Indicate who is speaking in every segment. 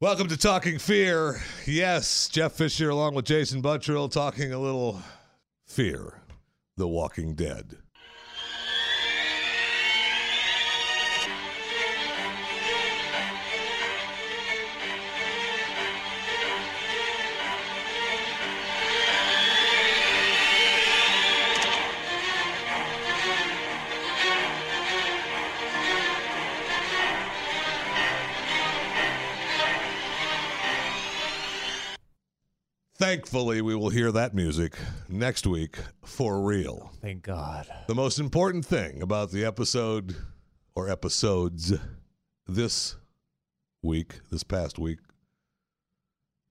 Speaker 1: Welcome to Talking Fear. Yes, Jeff Fisher along with Jason Buttrill talking a little fear, The Walking Dead. Thankfully, we will hear that music next week for real.
Speaker 2: Thank God.
Speaker 1: The most important thing about the episode or episodes this week, this past week,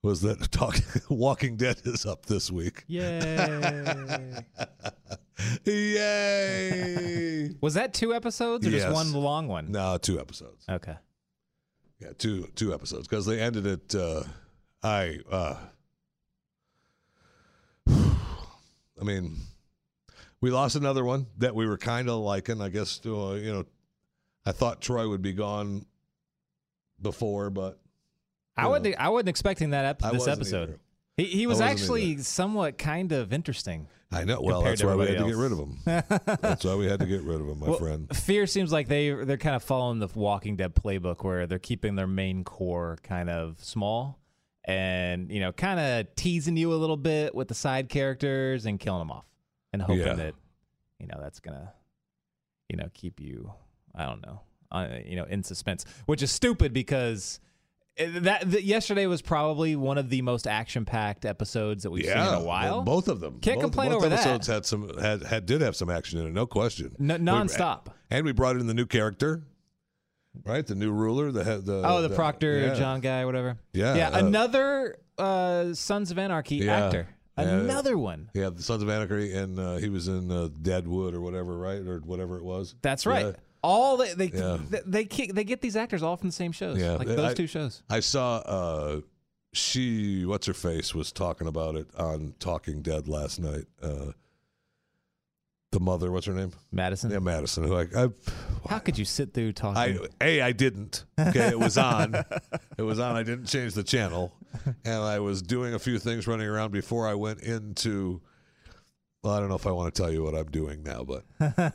Speaker 1: was that talk, Walking Dead is up this week.
Speaker 2: Yay.
Speaker 1: Yay!
Speaker 2: Was that two episodes or
Speaker 1: Yes.
Speaker 2: just one long one?
Speaker 1: no, two episodes.
Speaker 2: Okay.
Speaker 1: Yeah, two two episodes because they ended it. Uh, I uh, I mean, we lost another one that we were kind of liking. I guess uh, you know, I thought Troy would be gone before, but
Speaker 2: I
Speaker 1: Yeah.
Speaker 2: wasn't I wasn't expecting that ep-
Speaker 1: I
Speaker 2: this
Speaker 1: wasn't
Speaker 2: episode.
Speaker 1: either.
Speaker 2: He, he was
Speaker 1: wasn't
Speaker 2: actually somewhat kind of interesting.
Speaker 1: I know. Well,
Speaker 2: Compared
Speaker 1: that's
Speaker 2: to
Speaker 1: why we had
Speaker 2: everybody
Speaker 1: to get rid of
Speaker 2: else.
Speaker 1: him. that's why we had to get rid of him, my
Speaker 2: Well,
Speaker 1: friend.
Speaker 2: Fear seems like they they're kind of following the Walking Dead playbook where they're keeping their main core kind of small and you know kind of teasing you a little bit with the side characters and killing them off and hoping
Speaker 1: Yeah.
Speaker 2: that you know that's gonna you know keep you I don't know uh, you know in suspense, which is stupid because. eh, That, that yesterday was probably one of the most action-packed episodes that we've seen in
Speaker 1: well,
Speaker 2: a while.
Speaker 1: both of them.
Speaker 2: Can't
Speaker 1: both,
Speaker 2: complain
Speaker 1: both
Speaker 2: over that.
Speaker 1: episodes had some had, had did have some action in it, no question.
Speaker 2: N- nonstop.
Speaker 1: And we brought in the new character, right? The new ruler, the head. The,
Speaker 2: Oh, the, Proctor
Speaker 1: yeah.
Speaker 2: John guy, whatever.
Speaker 1: Yeah,
Speaker 2: yeah.
Speaker 1: uh,
Speaker 2: another uh, Sons of Anarchy
Speaker 1: Yeah,
Speaker 2: actor.
Speaker 1: yeah.
Speaker 2: Another one.
Speaker 1: Yeah, the Sons of Anarchy, and uh, he was in uh, Deadwood or whatever, right? Or whatever it was.
Speaker 2: That's right.
Speaker 1: Yeah.
Speaker 2: All they they,
Speaker 1: Yeah.
Speaker 2: they they kick- they get these actors all from the same shows.
Speaker 1: Yeah.
Speaker 2: like those
Speaker 1: I-
Speaker 2: two shows.
Speaker 1: I saw uh, she, what's her face, was talking about it on Talking Dead last night. Uh, the mother, what's her name?
Speaker 2: Madison.
Speaker 1: Yeah, Madison. Who I, I,
Speaker 2: How could you sit through talking?
Speaker 1: I a I didn't. Okay, it was on. it was on. I didn't change the channel, and I was doing a few things running around before I went into. Well, I don't know if I want to tell you what I'm doing now, but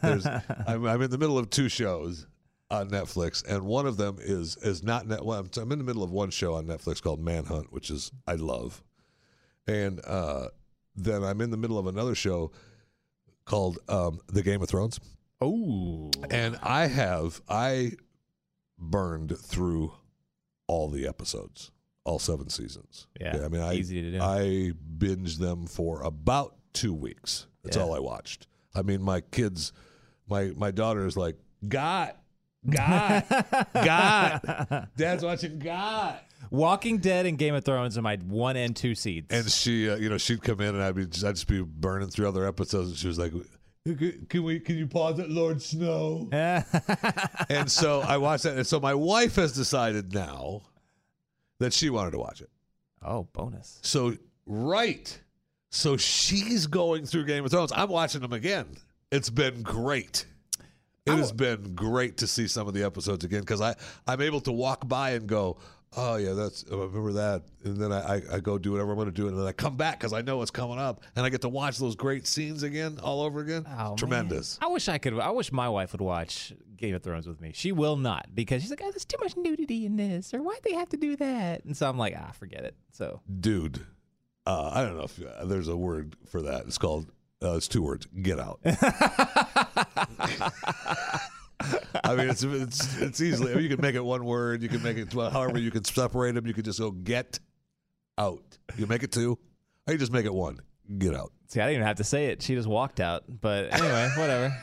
Speaker 1: there's, I'm, I'm in the middle of two shows on Netflix, and one of them is is not net. Well, I'm, I'm in the middle of one show on Netflix called Manhunt, which is I love, and uh, then I'm in the middle of another show called um, The Game of Thrones.
Speaker 2: oh,
Speaker 1: And I have I burned through all the episodes, all seven seasons.
Speaker 2: Yeah,
Speaker 1: I mean, I
Speaker 2: easy to do.
Speaker 1: I binged them for about two weeks. That's
Speaker 2: Yeah.
Speaker 1: all I watched. I mean, my kids, my my daughter is like, God, God, God, Dad's watching God.
Speaker 2: Walking Dead and Game of Thrones are my one and two seeds.
Speaker 1: And she, uh, you know, she'd come in and I'd be, I'd just be burning through other episodes, and she was like, "Can we? Can you pause it, Lord Snow?" and so I watched that. And so my wife has decided now that she wanted to watch it.
Speaker 2: oh, bonus.
Speaker 1: So right, so she's going through Game of Thrones. I'm watching them again. It's been great. It has been great to see some of the episodes again because I I'm able to walk by and go. Oh yeah, that's oh, I remember that, and then I, I, I go do whatever I'm going to do, and then I come back because I know what's coming up, and I get to watch those great scenes again all over again.
Speaker 2: Oh, man.
Speaker 1: Tremendous.
Speaker 2: I wish I could. I wish my wife would watch Game of Thrones with me. She will not because she's like, "Oh, there's too much nudity in this," or "Why'd they have to do that?" And so I'm like, "Ah, forget it." So
Speaker 1: dude. Uh, I don't know if uh, there's a word for that. It's called. Uh, it's two words. Get out. I mean, it's it's it's easily. I mean, you can make it one word. You can make it well, however you can separate them. You can just go get out. You make it two, or you just make it one. Get out.
Speaker 2: see, I didn't even have to say it. She just walked out. But anyway, whatever.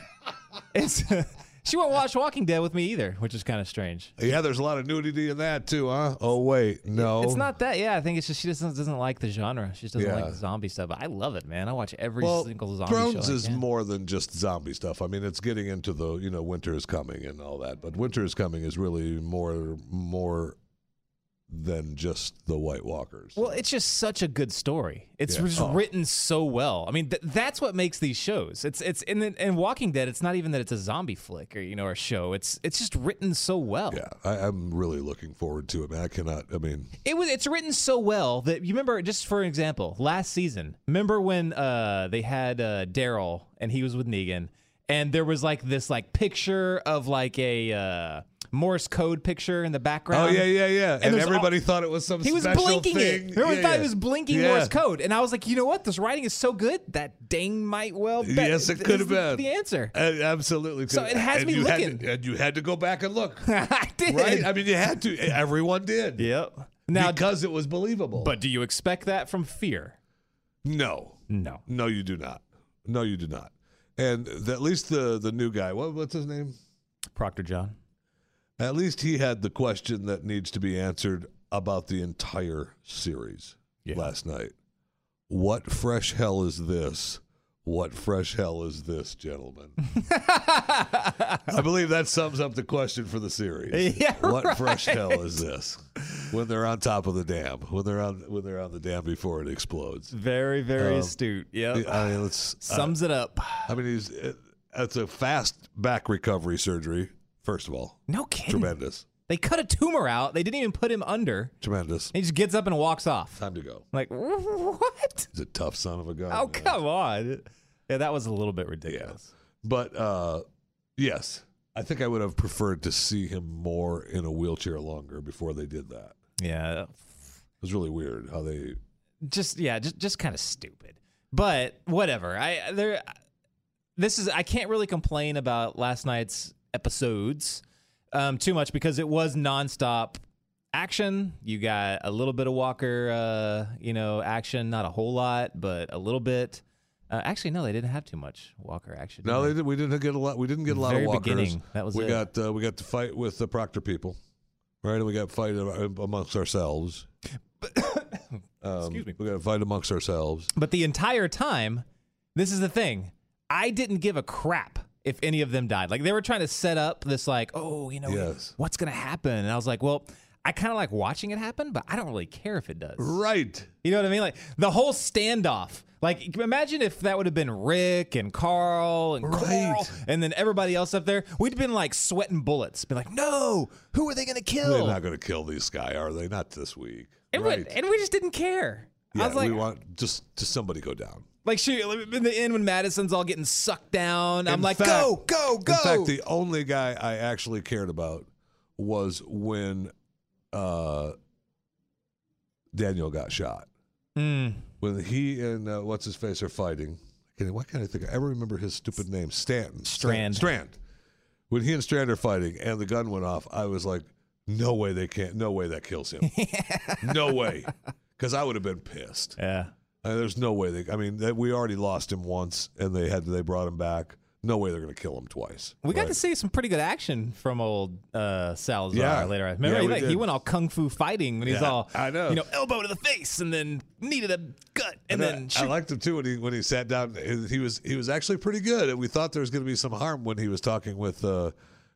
Speaker 2: It's she won't watch Walking Dead with me either, which is kind of strange.
Speaker 1: Yeah, there's a lot of nudity in that too, huh? Oh wait, no,
Speaker 2: It's not that. Yeah, I think it's just she just doesn't, doesn't like the genre. She just doesn't
Speaker 1: Yeah.
Speaker 2: like the zombie stuff. I love it, man. I watch every
Speaker 1: Well,
Speaker 2: single zombie
Speaker 1: Thrones
Speaker 2: show. I
Speaker 1: is
Speaker 2: can.
Speaker 1: more than just zombie stuff. I mean, it's getting into the you know winter is coming and all that, but winter is coming is really more more than just the White Walkers.
Speaker 2: Well, it's just such a good story. It's
Speaker 1: Yeah.
Speaker 2: just
Speaker 1: Oh.
Speaker 2: written so well. I mean, th- that's what makes these shows. It's it's in in Walking Dead. It's not even that it's a zombie flick or you know or a show. It's it's just written so well.
Speaker 1: yeah, I, I'm really looking forward to it, man. I cannot. I mean,
Speaker 2: It was it's written so well that you remember just for example last season. Remember when uh they had uh Daryl and he was with Negan and there was like this like picture of like a uh Morse code picture in the background.
Speaker 1: oh yeah, yeah, yeah. And,
Speaker 2: Um, there's all-
Speaker 1: everybody thought it was some.
Speaker 2: He was
Speaker 1: special
Speaker 2: blinking
Speaker 1: thing.
Speaker 2: it. Remember,
Speaker 1: Yeah,
Speaker 2: thought
Speaker 1: yeah.
Speaker 2: he was blinking
Speaker 1: Yeah.
Speaker 2: Morse code, and I was like, you know what? This writing is so good that dang might well. Be-
Speaker 1: Yes, it could have
Speaker 2: is
Speaker 1: been
Speaker 2: the answer.
Speaker 1: Uh, absolutely.
Speaker 2: So
Speaker 1: could-
Speaker 2: it has
Speaker 1: and
Speaker 2: me
Speaker 1: you had to-
Speaker 2: looking.
Speaker 1: and you had to go back and look,
Speaker 2: I did.
Speaker 1: right? I mean, you had to. Everyone did.
Speaker 2: yep. Now,
Speaker 1: because it was believable.
Speaker 2: but do you expect that from fear?
Speaker 1: no,
Speaker 2: No.
Speaker 1: no, you do not. No, you do not. And th- at least the the new guy. What, what's his name?
Speaker 2: Proctor John.
Speaker 1: At least he had the question that needs to be answered about the entire series
Speaker 2: Yeah.
Speaker 1: last night. What fresh hell is this? What fresh hell is this, gentlemen? I believe that sums up the question for the series.
Speaker 2: Yeah,
Speaker 1: what fresh hell is this? When they're on top of the dam, when they're on when they're on the dam before it explodes.
Speaker 2: Very,
Speaker 1: Oh.
Speaker 2: very astute. Yep.
Speaker 1: I mean, let's.
Speaker 2: Sums it up.
Speaker 1: I mean, he's. It, it's uh, a fast back recovery surgery. First of all,
Speaker 2: No kidding.
Speaker 1: tremendous,
Speaker 2: They cut a tumor out. They didn't even put him under.
Speaker 1: tremendous.
Speaker 2: He just gets up and walks off.
Speaker 1: Time to go.
Speaker 2: Like what?
Speaker 1: He's a tough son of a gun.
Speaker 2: Oh
Speaker 1: man.
Speaker 2: come on. Yeah, that was a little bit ridiculous.
Speaker 1: But uh, yes, I think I would have preferred to see him more in a wheelchair longer before they did that.
Speaker 2: Yeah.
Speaker 1: It was really weird how they.
Speaker 2: just yeah, just just kind of stupid. But whatever. I there this is I can't really complain about last night's episodes um too much because it was nonstop action. You got a little bit of Walker uh, you know, action, not a whole lot, but a little bit. Uh, actually no, they didn't have too much Walker action. did
Speaker 1: No, they did. We didn't get a lot. We didn't get a lot
Speaker 2: Very
Speaker 1: of walkers.
Speaker 2: beginning, that was
Speaker 1: we
Speaker 2: it.
Speaker 1: got uh, we got to fight with the Proctor people, right? And we got fight am- amongst ourselves. Um,
Speaker 2: Excuse me.
Speaker 1: We got to fight amongst ourselves.
Speaker 2: But the entire time, this is the thing. I didn't give a crap if any of them died. Like they were trying to set up this like, oh, you know,
Speaker 1: Yes.
Speaker 2: what's going to happen? And I was like, well, I kind of like watching it happen, but I don't really care if it does.
Speaker 1: Right.
Speaker 2: You know what I mean? Like the whole standoff. Like imagine if that would have been Rick and Carl and Carl
Speaker 1: Right.
Speaker 2: and then everybody else up there. We'd been like sweating bullets. Been like, no, who are they going to
Speaker 1: They're
Speaker 2: kill?
Speaker 1: not going to kill this guy, are they? Not this week.
Speaker 2: and,
Speaker 1: right.
Speaker 2: we, and we just didn't care.
Speaker 1: yeah,
Speaker 2: I was like,
Speaker 1: we want just just somebody go down.
Speaker 2: Like she in the end when Madison's all getting sucked down, I'm
Speaker 1: In
Speaker 2: like,
Speaker 1: fact-
Speaker 2: go, go, go.
Speaker 1: In fact, the only guy I actually cared about was when uh, Daniel got shot.
Speaker 2: Mm.
Speaker 1: When he and uh, what's his face are fighting. Can, why can't I think? I ever remember his stupid name, Stanton.
Speaker 2: Strand.
Speaker 1: Strand. When he and Strand are fighting, and the gun went off, I was like, "No way they can't. No way that kills him. no way." Because I would have been pissed.
Speaker 2: yeah,
Speaker 1: I mean, Uh, there's no way they. I mean, they, we already lost him once, and they had they brought him back. No way they're going to kill him twice.
Speaker 2: we got
Speaker 1: right?
Speaker 2: to see some pretty good action from old uh, Salazar
Speaker 1: Yeah.
Speaker 2: later. on. Remember,
Speaker 1: Yeah,
Speaker 2: he,
Speaker 1: we
Speaker 2: like,
Speaker 1: did.
Speaker 2: he went all kung fu fighting when he's
Speaker 1: Yeah,
Speaker 2: all,
Speaker 1: I know.
Speaker 2: you know, elbow to the face and then knee to the gut and,
Speaker 1: I-
Speaker 2: then
Speaker 1: I
Speaker 2: shoot.
Speaker 1: liked him too when he when he sat down. He he was he was actually pretty good, and we thought there was going to be some harm when he was talking with uh,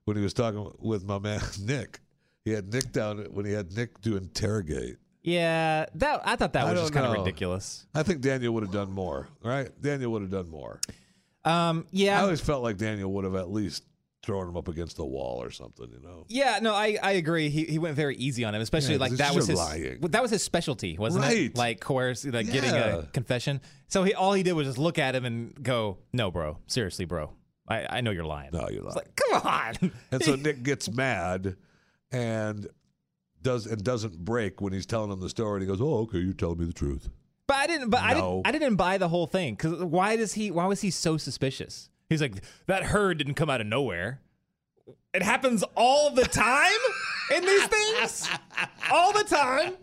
Speaker 1: when he was talking with my man Nick. He had Nick down when he had Nick to interrogate.
Speaker 2: yeah, that I thought that
Speaker 1: I
Speaker 2: was just
Speaker 1: don't
Speaker 2: kind of
Speaker 1: know.
Speaker 2: ridiculous.
Speaker 1: I think Daniel would have done more. Right? Daniel would have done more.
Speaker 2: Um,
Speaker 1: I
Speaker 2: yeah,
Speaker 1: always felt like Daniel would have at least thrown him up against the wall or something. You know?
Speaker 2: yeah, no, I, I agree. He, he went very easy on him, especially
Speaker 1: Yeah,
Speaker 2: like
Speaker 1: it's
Speaker 2: that
Speaker 1: just
Speaker 2: was his
Speaker 1: lying.
Speaker 2: well, that was his specialty, wasn't it?
Speaker 1: Right.
Speaker 2: Like coerce, like getting
Speaker 1: Yeah.
Speaker 2: a confession. So he all he did was just look at him and go, "No, bro, seriously, bro, I, I know you're lying."
Speaker 1: No, you're not.
Speaker 2: It's like, come on.
Speaker 1: And so Nick gets mad and does and doesn't break when he's telling him the story. And he goes, "Oh, okay, you're telling me the truth."
Speaker 2: But I didn't. But I
Speaker 1: No.
Speaker 2: didn't. I didn't buy the whole thing. Because why does he? Why was he so suspicious? He's like, that herd didn't come out of nowhere. It happens all the time in these things. All the time.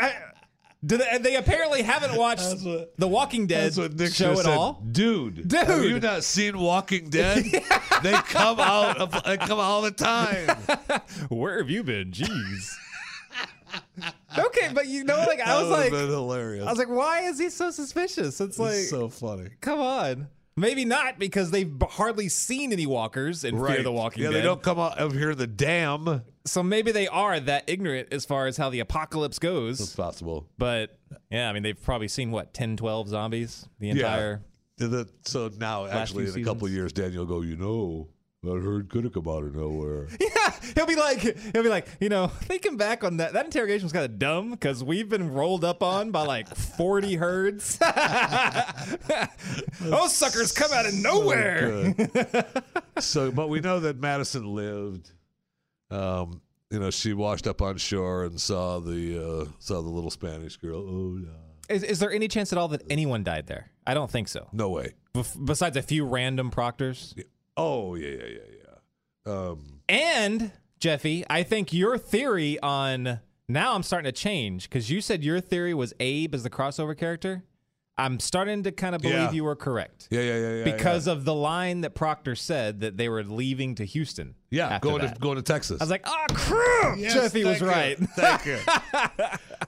Speaker 2: I, do they, they apparently haven't watched
Speaker 1: what-
Speaker 2: The Walking Dead
Speaker 1: That's what Nick
Speaker 2: show
Speaker 1: just
Speaker 2: at
Speaker 1: said.
Speaker 2: all?
Speaker 1: Dude,
Speaker 2: Dude.
Speaker 1: have you not seen Walking Dead? they come out, of, they come all the time.
Speaker 2: Where have you been? Jeez. okay, but you know, like I
Speaker 1: That
Speaker 2: was
Speaker 1: would've
Speaker 2: like,
Speaker 1: been
Speaker 2: I
Speaker 1: hilarious.
Speaker 2: was like, why is he so suspicious? It's like
Speaker 1: It's so funny.
Speaker 2: Come on. Maybe not because they've b- hardly seen any walkers in Fear the Walking
Speaker 1: yeah,
Speaker 2: Dead.
Speaker 1: they don't come out of here the dam.
Speaker 2: So maybe they are that ignorant as far as how the apocalypse
Speaker 1: It's
Speaker 2: goes.
Speaker 1: possible.
Speaker 2: But yeah, I mean, they've probably seen what 10, 12 zombies the
Speaker 1: Yeah.
Speaker 2: entire.
Speaker 1: Did that- so now, actually, in
Speaker 2: few
Speaker 1: a couple
Speaker 2: seasons.
Speaker 1: years, Daniel will go, you know, that herd could have come out of nowhere.
Speaker 2: Yeah, he'll be like, he'll be like, you know, thinking back on that, that interrogation was kind of dumb because we've been rolled up on by like forty herds. Those suckers come out of nowhere.
Speaker 1: good. so, but we know that Madison lived. Um, you know, she washed up on shore and saw the uh, saw the little Spanish girl. Oh, yeah.
Speaker 2: Is, is there any chance at all that anyone died there? I don't think so.
Speaker 1: no way.
Speaker 2: Bef- besides a few random proctors
Speaker 1: Oh, yeah, yeah, yeah, yeah. Um,
Speaker 2: and Jeffy, I think your theory on now I'm starting to change because you said your theory was Abe as the crossover character. I'm starting to kind of believe
Speaker 1: Yeah.
Speaker 2: you were correct.
Speaker 1: yeah, yeah, yeah, yeah.
Speaker 2: because of the line that Proctor said that they were leaving to Houston.
Speaker 1: yeah, yeah
Speaker 2: after
Speaker 1: going
Speaker 2: that.
Speaker 1: to going to Texas.
Speaker 2: I was like, oh, crap! Jeffy was right.
Speaker 1: Thank you.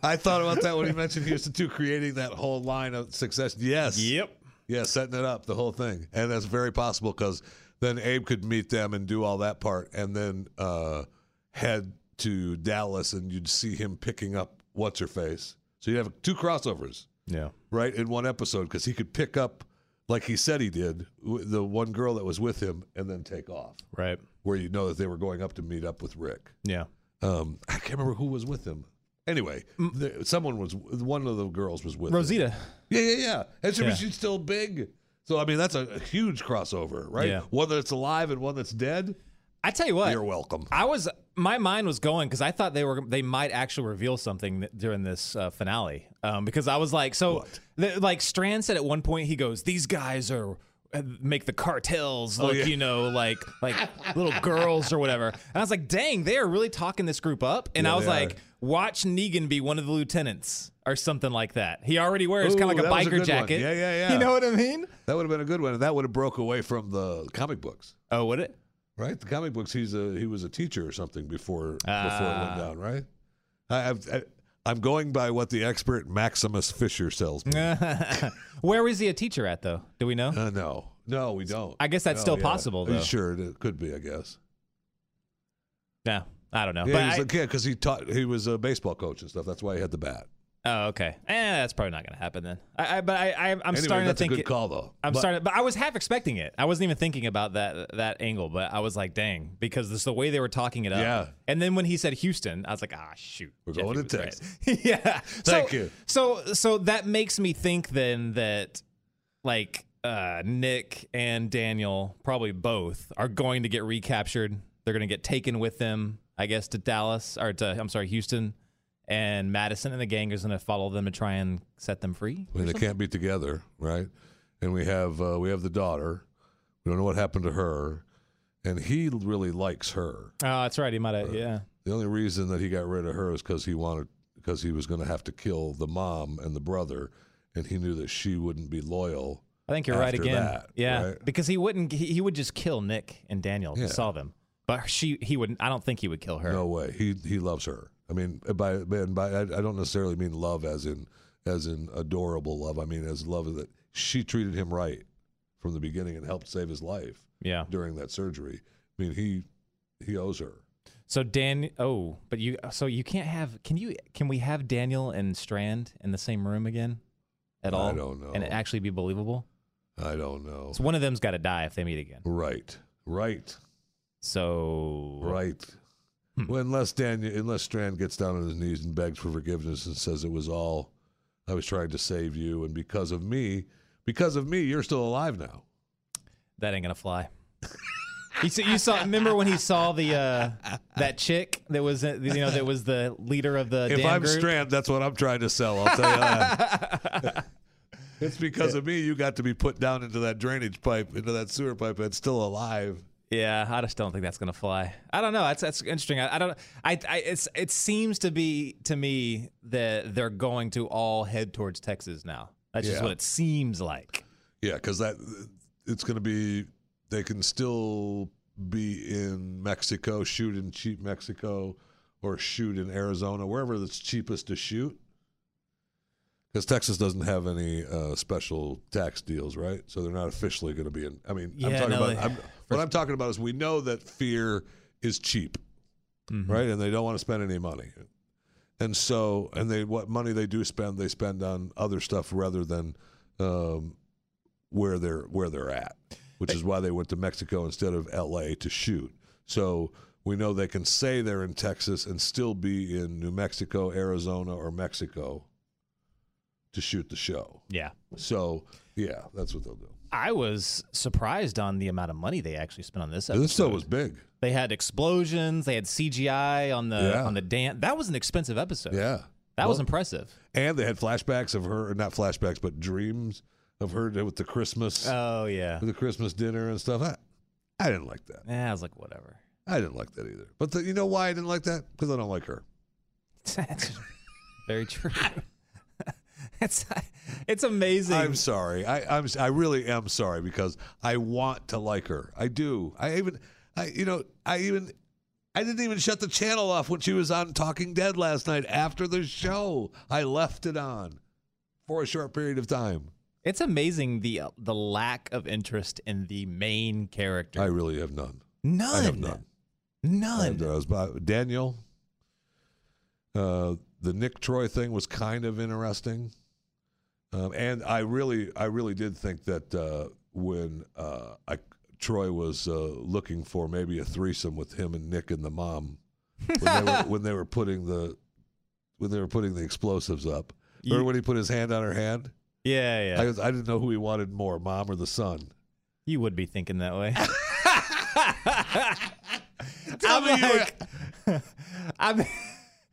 Speaker 1: I thought about that when he mentioned Houston too, creating that whole line of success. Yes.
Speaker 2: Yep.
Speaker 1: Yeah, setting it up, the whole thing. And that's very possible because then Abe could meet them and do all that part and then uh, head to Dallas and you'd see him picking up What's Her Face. So you'd have two crossovers,
Speaker 2: Yeah.
Speaker 1: right, in one episode because he could pick up, like he said he did, w- the one girl that was with him and then take off,
Speaker 2: Right.
Speaker 1: where you know that they were going up to meet up with Rick.
Speaker 2: Yeah.
Speaker 1: Um, I can't remember who was with him. Anyway, there, someone was, one of the girls was with him.
Speaker 2: Rosita.
Speaker 1: Yeah, yeah, yeah. And she
Speaker 2: Yeah.
Speaker 1: she's still big. So I mean, that's a, a huge crossover, right?
Speaker 2: Yeah.
Speaker 1: One that's alive and one that's dead.
Speaker 2: I tell you what,
Speaker 1: You're welcome.
Speaker 2: I was my mind was going because I thought they were they might actually reveal something th- during this uh, finale um, because I was like so th- like Strand said at one point he goes these guys are uh, make the cartels look
Speaker 1: Oh, yeah.
Speaker 2: you know like like little girls or whatever and I was like dang they are really talking this group up and
Speaker 1: Yeah,
Speaker 2: I was
Speaker 1: they
Speaker 2: like
Speaker 1: are.
Speaker 2: watch Negan be one of the lieutenants or something like that he already wears kind
Speaker 1: Ooh,
Speaker 2: of like a
Speaker 1: that was a good
Speaker 2: biker
Speaker 1: one.
Speaker 2: jacket
Speaker 1: Yeah, yeah, yeah.
Speaker 2: you know what I mean
Speaker 1: That would have been a good one, and that would have broke away from the comic books,
Speaker 2: oh would it
Speaker 1: right? The comic books. He's a he was a teacher or something before before it went
Speaker 2: Ah.
Speaker 1: down, right? I, I've, I, I'm going by what the expert Maximus Fisher sells me.
Speaker 2: where was he a teacher at though do we know
Speaker 1: Uh, no, no, we don't.
Speaker 2: I guess that's
Speaker 1: No,
Speaker 2: still
Speaker 1: yeah.
Speaker 2: possible,
Speaker 1: Uh,
Speaker 2: though.
Speaker 1: Sure, it could be. I guess.
Speaker 2: no I don't know
Speaker 1: Yeah,
Speaker 2: but
Speaker 1: he was
Speaker 2: I-
Speaker 1: a kid because he taught. He was a baseball coach and stuff. That's why he had the bat.
Speaker 2: Oh, okay. Eh, that's probably not going to happen then. I, I but I, I I'm
Speaker 1: Anyway,
Speaker 2: starting to
Speaker 1: that's a
Speaker 2: think.
Speaker 1: good
Speaker 2: it-
Speaker 1: call though.
Speaker 2: I'm
Speaker 1: But-
Speaker 2: starting, but I was half expecting it. I wasn't even thinking about that that angle, but I was like, dang, because this the way they were talking it up.
Speaker 1: Yeah.
Speaker 2: And then when he said Houston, I was like, ah, shoot,
Speaker 1: We're going to
Speaker 2: was right. yeah.
Speaker 1: Thank
Speaker 2: so,
Speaker 1: you.
Speaker 2: So so that makes me think then that like uh, Nick and Daniel, probably both, are going to get recaptured. They're going to get taken with them, I guess, to Dallas or to I'm sorry, Houston. And Madison and the gang is going to follow them to try and set them free.
Speaker 1: I mean, they can't be together, right? And we have uh, we have the daughter. We don't know what happened to her, and he really likes her.
Speaker 2: Oh, that's right. He might have. Yeah.
Speaker 1: The only reason that he got rid of her is because he wanted because he was going to have to kill the mom and the brother, and he knew that she wouldn't be loyal.
Speaker 2: I think you're right
Speaker 1: after
Speaker 2: again.
Speaker 1: that,
Speaker 2: yeah,
Speaker 1: right?
Speaker 2: because he wouldn't. He, he would just kill Nick and Daniel. if
Speaker 1: Yeah.
Speaker 2: He saw them, but she. He wouldn't. I don't think he would kill her.
Speaker 1: No way. He he loves her. I mean, by and by, I, I don't necessarily mean love as in as in adorable love. I mean as love that she treated him right from the beginning and helped save his life
Speaker 2: Yeah.
Speaker 1: during that surgery. I mean, he he owes her.
Speaker 2: So Dan. Oh, but you. So you can't have. Can you? Can we have Daniel and Strand in the same room again? At
Speaker 1: I
Speaker 2: all?
Speaker 1: don't know.
Speaker 2: And it actually be believable.
Speaker 1: I don't know.
Speaker 2: So one of them's got to die if they meet again.
Speaker 1: Right, right,
Speaker 2: So.
Speaker 1: right.
Speaker 2: hmm.
Speaker 1: Well, unless Daniel, unless Strand gets down on his knees and begs for forgiveness and says it was all I was trying to save you, and because of me, because of me, you're still alive now.
Speaker 2: That ain't gonna fly. You saw, you saw. Remember when he saw the uh, that chick that was uh, you know that was the leader of the.
Speaker 1: If
Speaker 2: Dan
Speaker 1: I'm
Speaker 2: group?
Speaker 1: Strand, that's what I'm trying to sell. I'll tell you that. it's because of me you got to be put down into that drainage pipe, into that sewer pipe, and still alive.
Speaker 2: Yeah, I just don't think that's gonna fly. I don't know. That's that's interesting. I, I don't. I, I it's it seems to be to me that they're going to all head towards Texas now. That's
Speaker 1: Yeah.
Speaker 2: just what it seems like.
Speaker 1: Yeah, because that it's going to be. They can still be in Mexico, shoot in cheap Mexico, or shoot in Arizona, wherever it's cheapest to shoot. Because Texas doesn't have any uh, special tax deals, right? So they're not officially going to be in. I mean, I'm
Speaker 2: Yeah,
Speaker 1: talking
Speaker 2: no,
Speaker 1: about.
Speaker 2: they-
Speaker 1: I'm, what I'm talking about is we know that fear is cheap.
Speaker 2: Mhm.
Speaker 1: right? And they don't want to spend any money. And so, and they what money they do spend, they spend on other stuff rather than um, where they're where they're at, which is why they went to Mexico instead of L.A. to shoot. So we know they can say they're in Texas and still be in New Mexico, Arizona, or Mexico to shoot the show.
Speaker 2: Yeah.
Speaker 1: So yeah, that's what they'll do.
Speaker 2: I was surprised on the amount of money they actually spent on this episode.
Speaker 1: This show was big.
Speaker 2: They had explosions. They had CGI on the
Speaker 1: Yeah.
Speaker 2: on the dance. That was an expensive episode.
Speaker 1: Yeah,
Speaker 2: That was
Speaker 1: Well,
Speaker 2: impressive.
Speaker 1: and they had flashbacks of her, not flashbacks, but dreams of her with the Christmas.
Speaker 2: Oh yeah.
Speaker 1: the Christmas dinner and stuff. I, I didn't like that.
Speaker 2: Yeah, I was like, whatever.
Speaker 1: I didn't like that either. But the, you know why I didn't like that? Because I don't like her.
Speaker 2: That's very true. it's it's amazing.
Speaker 1: I'm sorry. I, I'm s- I really am sorry because I want to like her. I do. I even I you know I even I didn't even shut the channel off when she was on Talking Dead last night after the show. I left it on for a short period of time.
Speaker 2: it's amazing the uh, the lack of interest in the main character.
Speaker 1: I really have none.
Speaker 2: none.
Speaker 1: I have none. I have
Speaker 2: None.
Speaker 1: none. I was by Daniel. Uh, the Nick Troy thing was kind of interesting, um, and I really, I really did think that uh, when uh, I, Troy was uh, looking for maybe a threesome with him and Nick and the mom when they were, when they were putting the when they were putting the explosives up. Remember
Speaker 2: You-
Speaker 1: when he put his hand on her hand?
Speaker 2: Yeah, yeah.
Speaker 1: I, was- I didn't know who he wanted more, mom or the son.
Speaker 2: you would be thinking that way.
Speaker 1: Tell me
Speaker 2: I'm
Speaker 1: you were-
Speaker 2: like, I'm,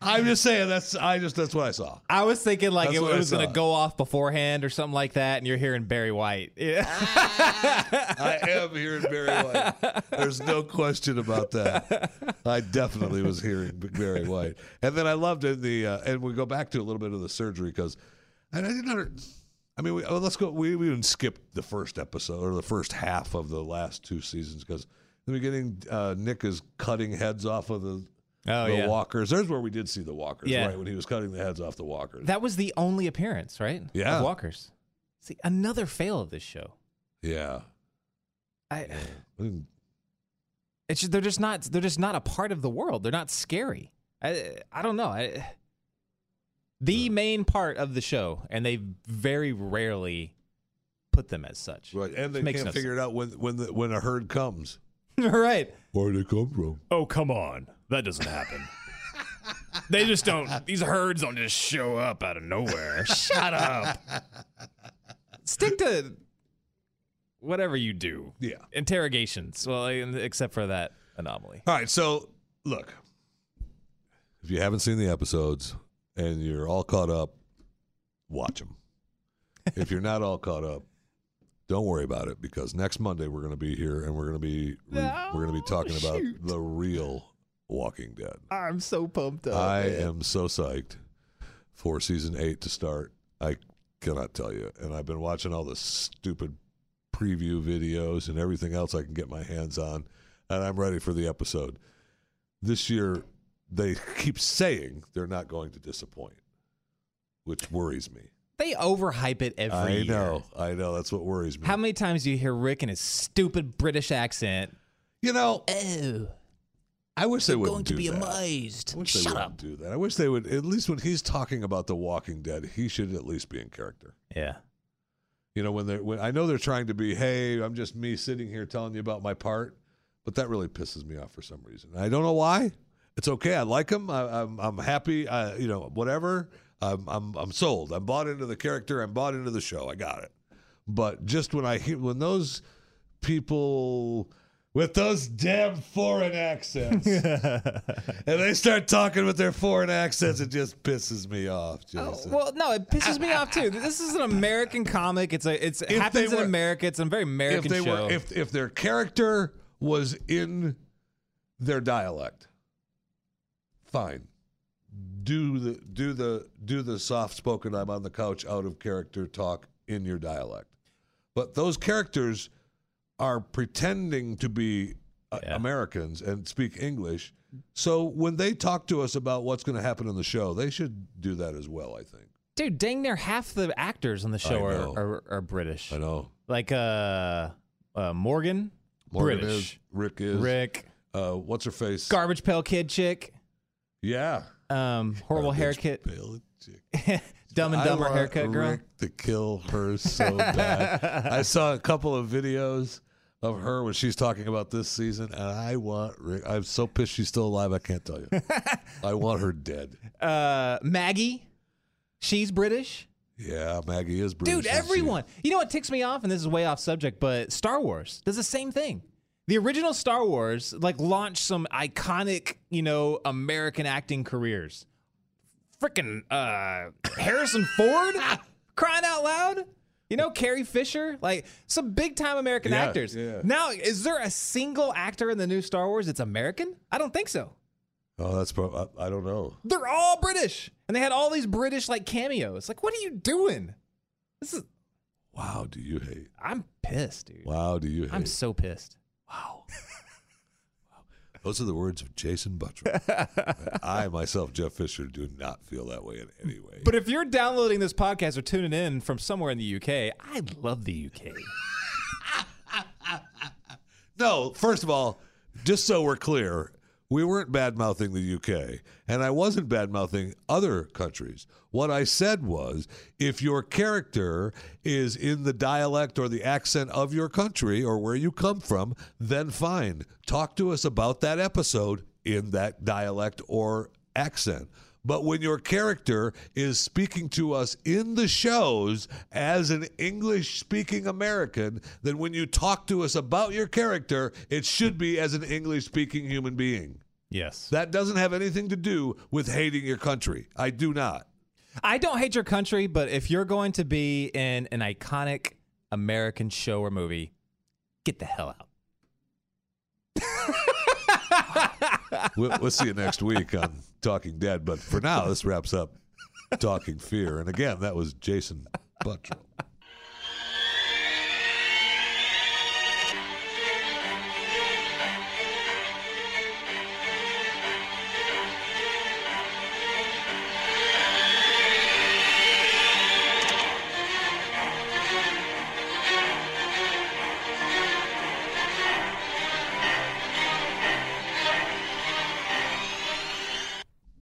Speaker 1: I'm just saying that's I just that's what I saw.
Speaker 2: I was thinking like
Speaker 1: That's
Speaker 2: it,
Speaker 1: what I
Speaker 2: was going
Speaker 1: saw.
Speaker 2: to go off beforehand or something like that, and you're hearing Barry White. Yeah.
Speaker 1: I am hearing Barry White. There's no question about that. I definitely was hearing Barry White, and then I loved in the uh, and we go back to a little bit of the surgery because, and I didn't. Under, I mean, we, oh, let's go. We, we even skipped the first episode or the first half of the last two seasons because in the beginning, uh, Nick is cutting heads off of the.
Speaker 2: Oh,
Speaker 1: the
Speaker 2: yeah.
Speaker 1: walkers. There's where we did see the walkers,
Speaker 2: Yeah.
Speaker 1: right? When he was cutting the heads off the walkers.
Speaker 2: that was the only appearance, right?
Speaker 1: Yeah.
Speaker 2: Of Walkers. See, another fail of this show.
Speaker 1: yeah.
Speaker 2: I,
Speaker 1: I didn't-
Speaker 2: it's just, they're just not they're just not a part of the world. They're not scary. I I don't know. I, the main part of the show, and they very rarely put them as such.
Speaker 1: Right, and they
Speaker 2: Makes
Speaker 1: can't
Speaker 2: no
Speaker 1: figure it out when when the, when a herd comes.
Speaker 2: right.
Speaker 1: Where would it come from?
Speaker 2: Oh, come on. That doesn't happen. they just don't, these herds don't just show up out of nowhere. Shut up. Stick to whatever you do.
Speaker 1: Yeah.
Speaker 2: Interrogations. Well, except for that anomaly.
Speaker 1: All right, so look, if you haven't seen the episodes and you're all caught up, watch them. if you're not all caught up, don't worry about it because next Monday we're going to be here and we're going to be re- we're going to be talking about
Speaker 2: shoot.
Speaker 1: the real Walking Dead.
Speaker 2: I'm so pumped up.
Speaker 1: I am so psyched for season eight to start. I cannot tell you. And I've been watching all the stupid preview videos and everything else I can get my hands on, and I'm ready for the episode. This year, they keep saying they're not going to disappoint, which worries me.
Speaker 2: they overhype it every
Speaker 1: I
Speaker 2: year.
Speaker 1: know, I know. That's what worries me.
Speaker 2: How many times do you hear Rick in his stupid British accent?
Speaker 1: you know,
Speaker 2: Oh,
Speaker 1: I wish they
Speaker 2: I'm
Speaker 1: wouldn't
Speaker 2: going to
Speaker 1: do
Speaker 2: be
Speaker 1: that.
Speaker 2: amazed.
Speaker 1: I wish they
Speaker 2: Shut
Speaker 1: wouldn't
Speaker 2: up.
Speaker 1: do that. I wish they would. At least when he's talking about The Walking Dead, he should at least be in character.
Speaker 2: Yeah.
Speaker 1: You know, when they are when I know they're trying to be, hey, I'm just me sitting here telling you about my part, but that really pisses me off for some reason. I don't know why. It's okay. I like him. I, I'm I'm happy. I, you know, whatever. I'm I'm I'm sold. I'm bought into the character. I'm bought into the show. I got it. But just when I hear when those people with those damn foreign accents and they start talking with their foreign accents, it just pisses me off. Jason.
Speaker 2: Well, no, it pisses me off too. This is an American comic. It's a it's
Speaker 1: they
Speaker 2: happens
Speaker 1: were-
Speaker 2: in America. It's a very
Speaker 1: if
Speaker 2: American
Speaker 1: they
Speaker 2: show.
Speaker 1: were if if their character was in their dialect fine do the do the do the soft spoken i'm on the couch out of character talk in your dialect but those characters are pretending to be uh,
Speaker 2: Yeah.
Speaker 1: americans and speak english so when they talk to us about what's going to happen in the show they should do that as well i think
Speaker 2: Dude, dang near half the actors on the show are,
Speaker 1: know.
Speaker 2: are are British.
Speaker 1: i know
Speaker 2: Like uh, uh Morgan,
Speaker 1: Morgan
Speaker 2: British.
Speaker 1: is, rick is
Speaker 2: Rick,
Speaker 1: Uh, what's her face?
Speaker 2: Garbage Pail Kid chick.
Speaker 1: yeah.
Speaker 2: Um, horrible
Speaker 1: Garbage
Speaker 2: haircut.
Speaker 1: pail chick.
Speaker 2: Dumb and
Speaker 1: I
Speaker 2: Dumber
Speaker 1: want
Speaker 2: haircut girl.
Speaker 1: Rick to kill her so bad. I saw a couple of videos of her when she's talking about this season, and I want Rick. I'm so pissed she's still alive. I can't tell you. I want her dead.
Speaker 2: Uh, Maggie. She's British.
Speaker 1: Yeah, Maggie is British.
Speaker 2: Dude,
Speaker 1: isn't she?
Speaker 2: everyone. You know what ticks me off, and this is way off subject, but Star Wars does the same thing. The original Star Wars like launched some iconic, you know, American acting careers. Freaking uh, Harrison Ford crying out loud. You know, Carrie Fisher, like some big time American
Speaker 1: Yeah,
Speaker 2: actors.
Speaker 1: yeah.
Speaker 2: Now, is there a single actor in the new Star Wars that's American? I don't think so.
Speaker 1: Oh, that's probably. I, I don't know.
Speaker 2: They're all British, and they had all these British like cameos. Like, what are you doing? This is
Speaker 1: Wow, do you hate?
Speaker 2: I'm pissed, dude.
Speaker 1: Wow, do you hate?
Speaker 2: I'm so pissed.
Speaker 1: Those are the words of Jason Butler. And I myself, Jeff Fisher, do not feel that way in any way.
Speaker 2: But if you're downloading this podcast or tuning in from somewhere in the UK, I love the UK.
Speaker 1: No, first of all, just so we're clear, we weren't bad mouthing the UK, and I wasn't bad mouthing other countries. What I said was if your character is in the dialect or the accent of your country or where you come from, then fine. Talk to us about that episode in that dialect or accent. But when your character is speaking to us in the shows as an English speaking American, then when you talk to us about your character, it should be as an English speaking human being.
Speaker 2: Yes.
Speaker 1: That doesn't have anything to do with hating your country. I do not.
Speaker 2: I don't hate your country, but if you're going to be in an iconic American show or movie, get the hell out.
Speaker 1: We'll, we'll see you next week on Talking Dead. But for now, this wraps up Talking Fear. And again, that was Jason Buttrell.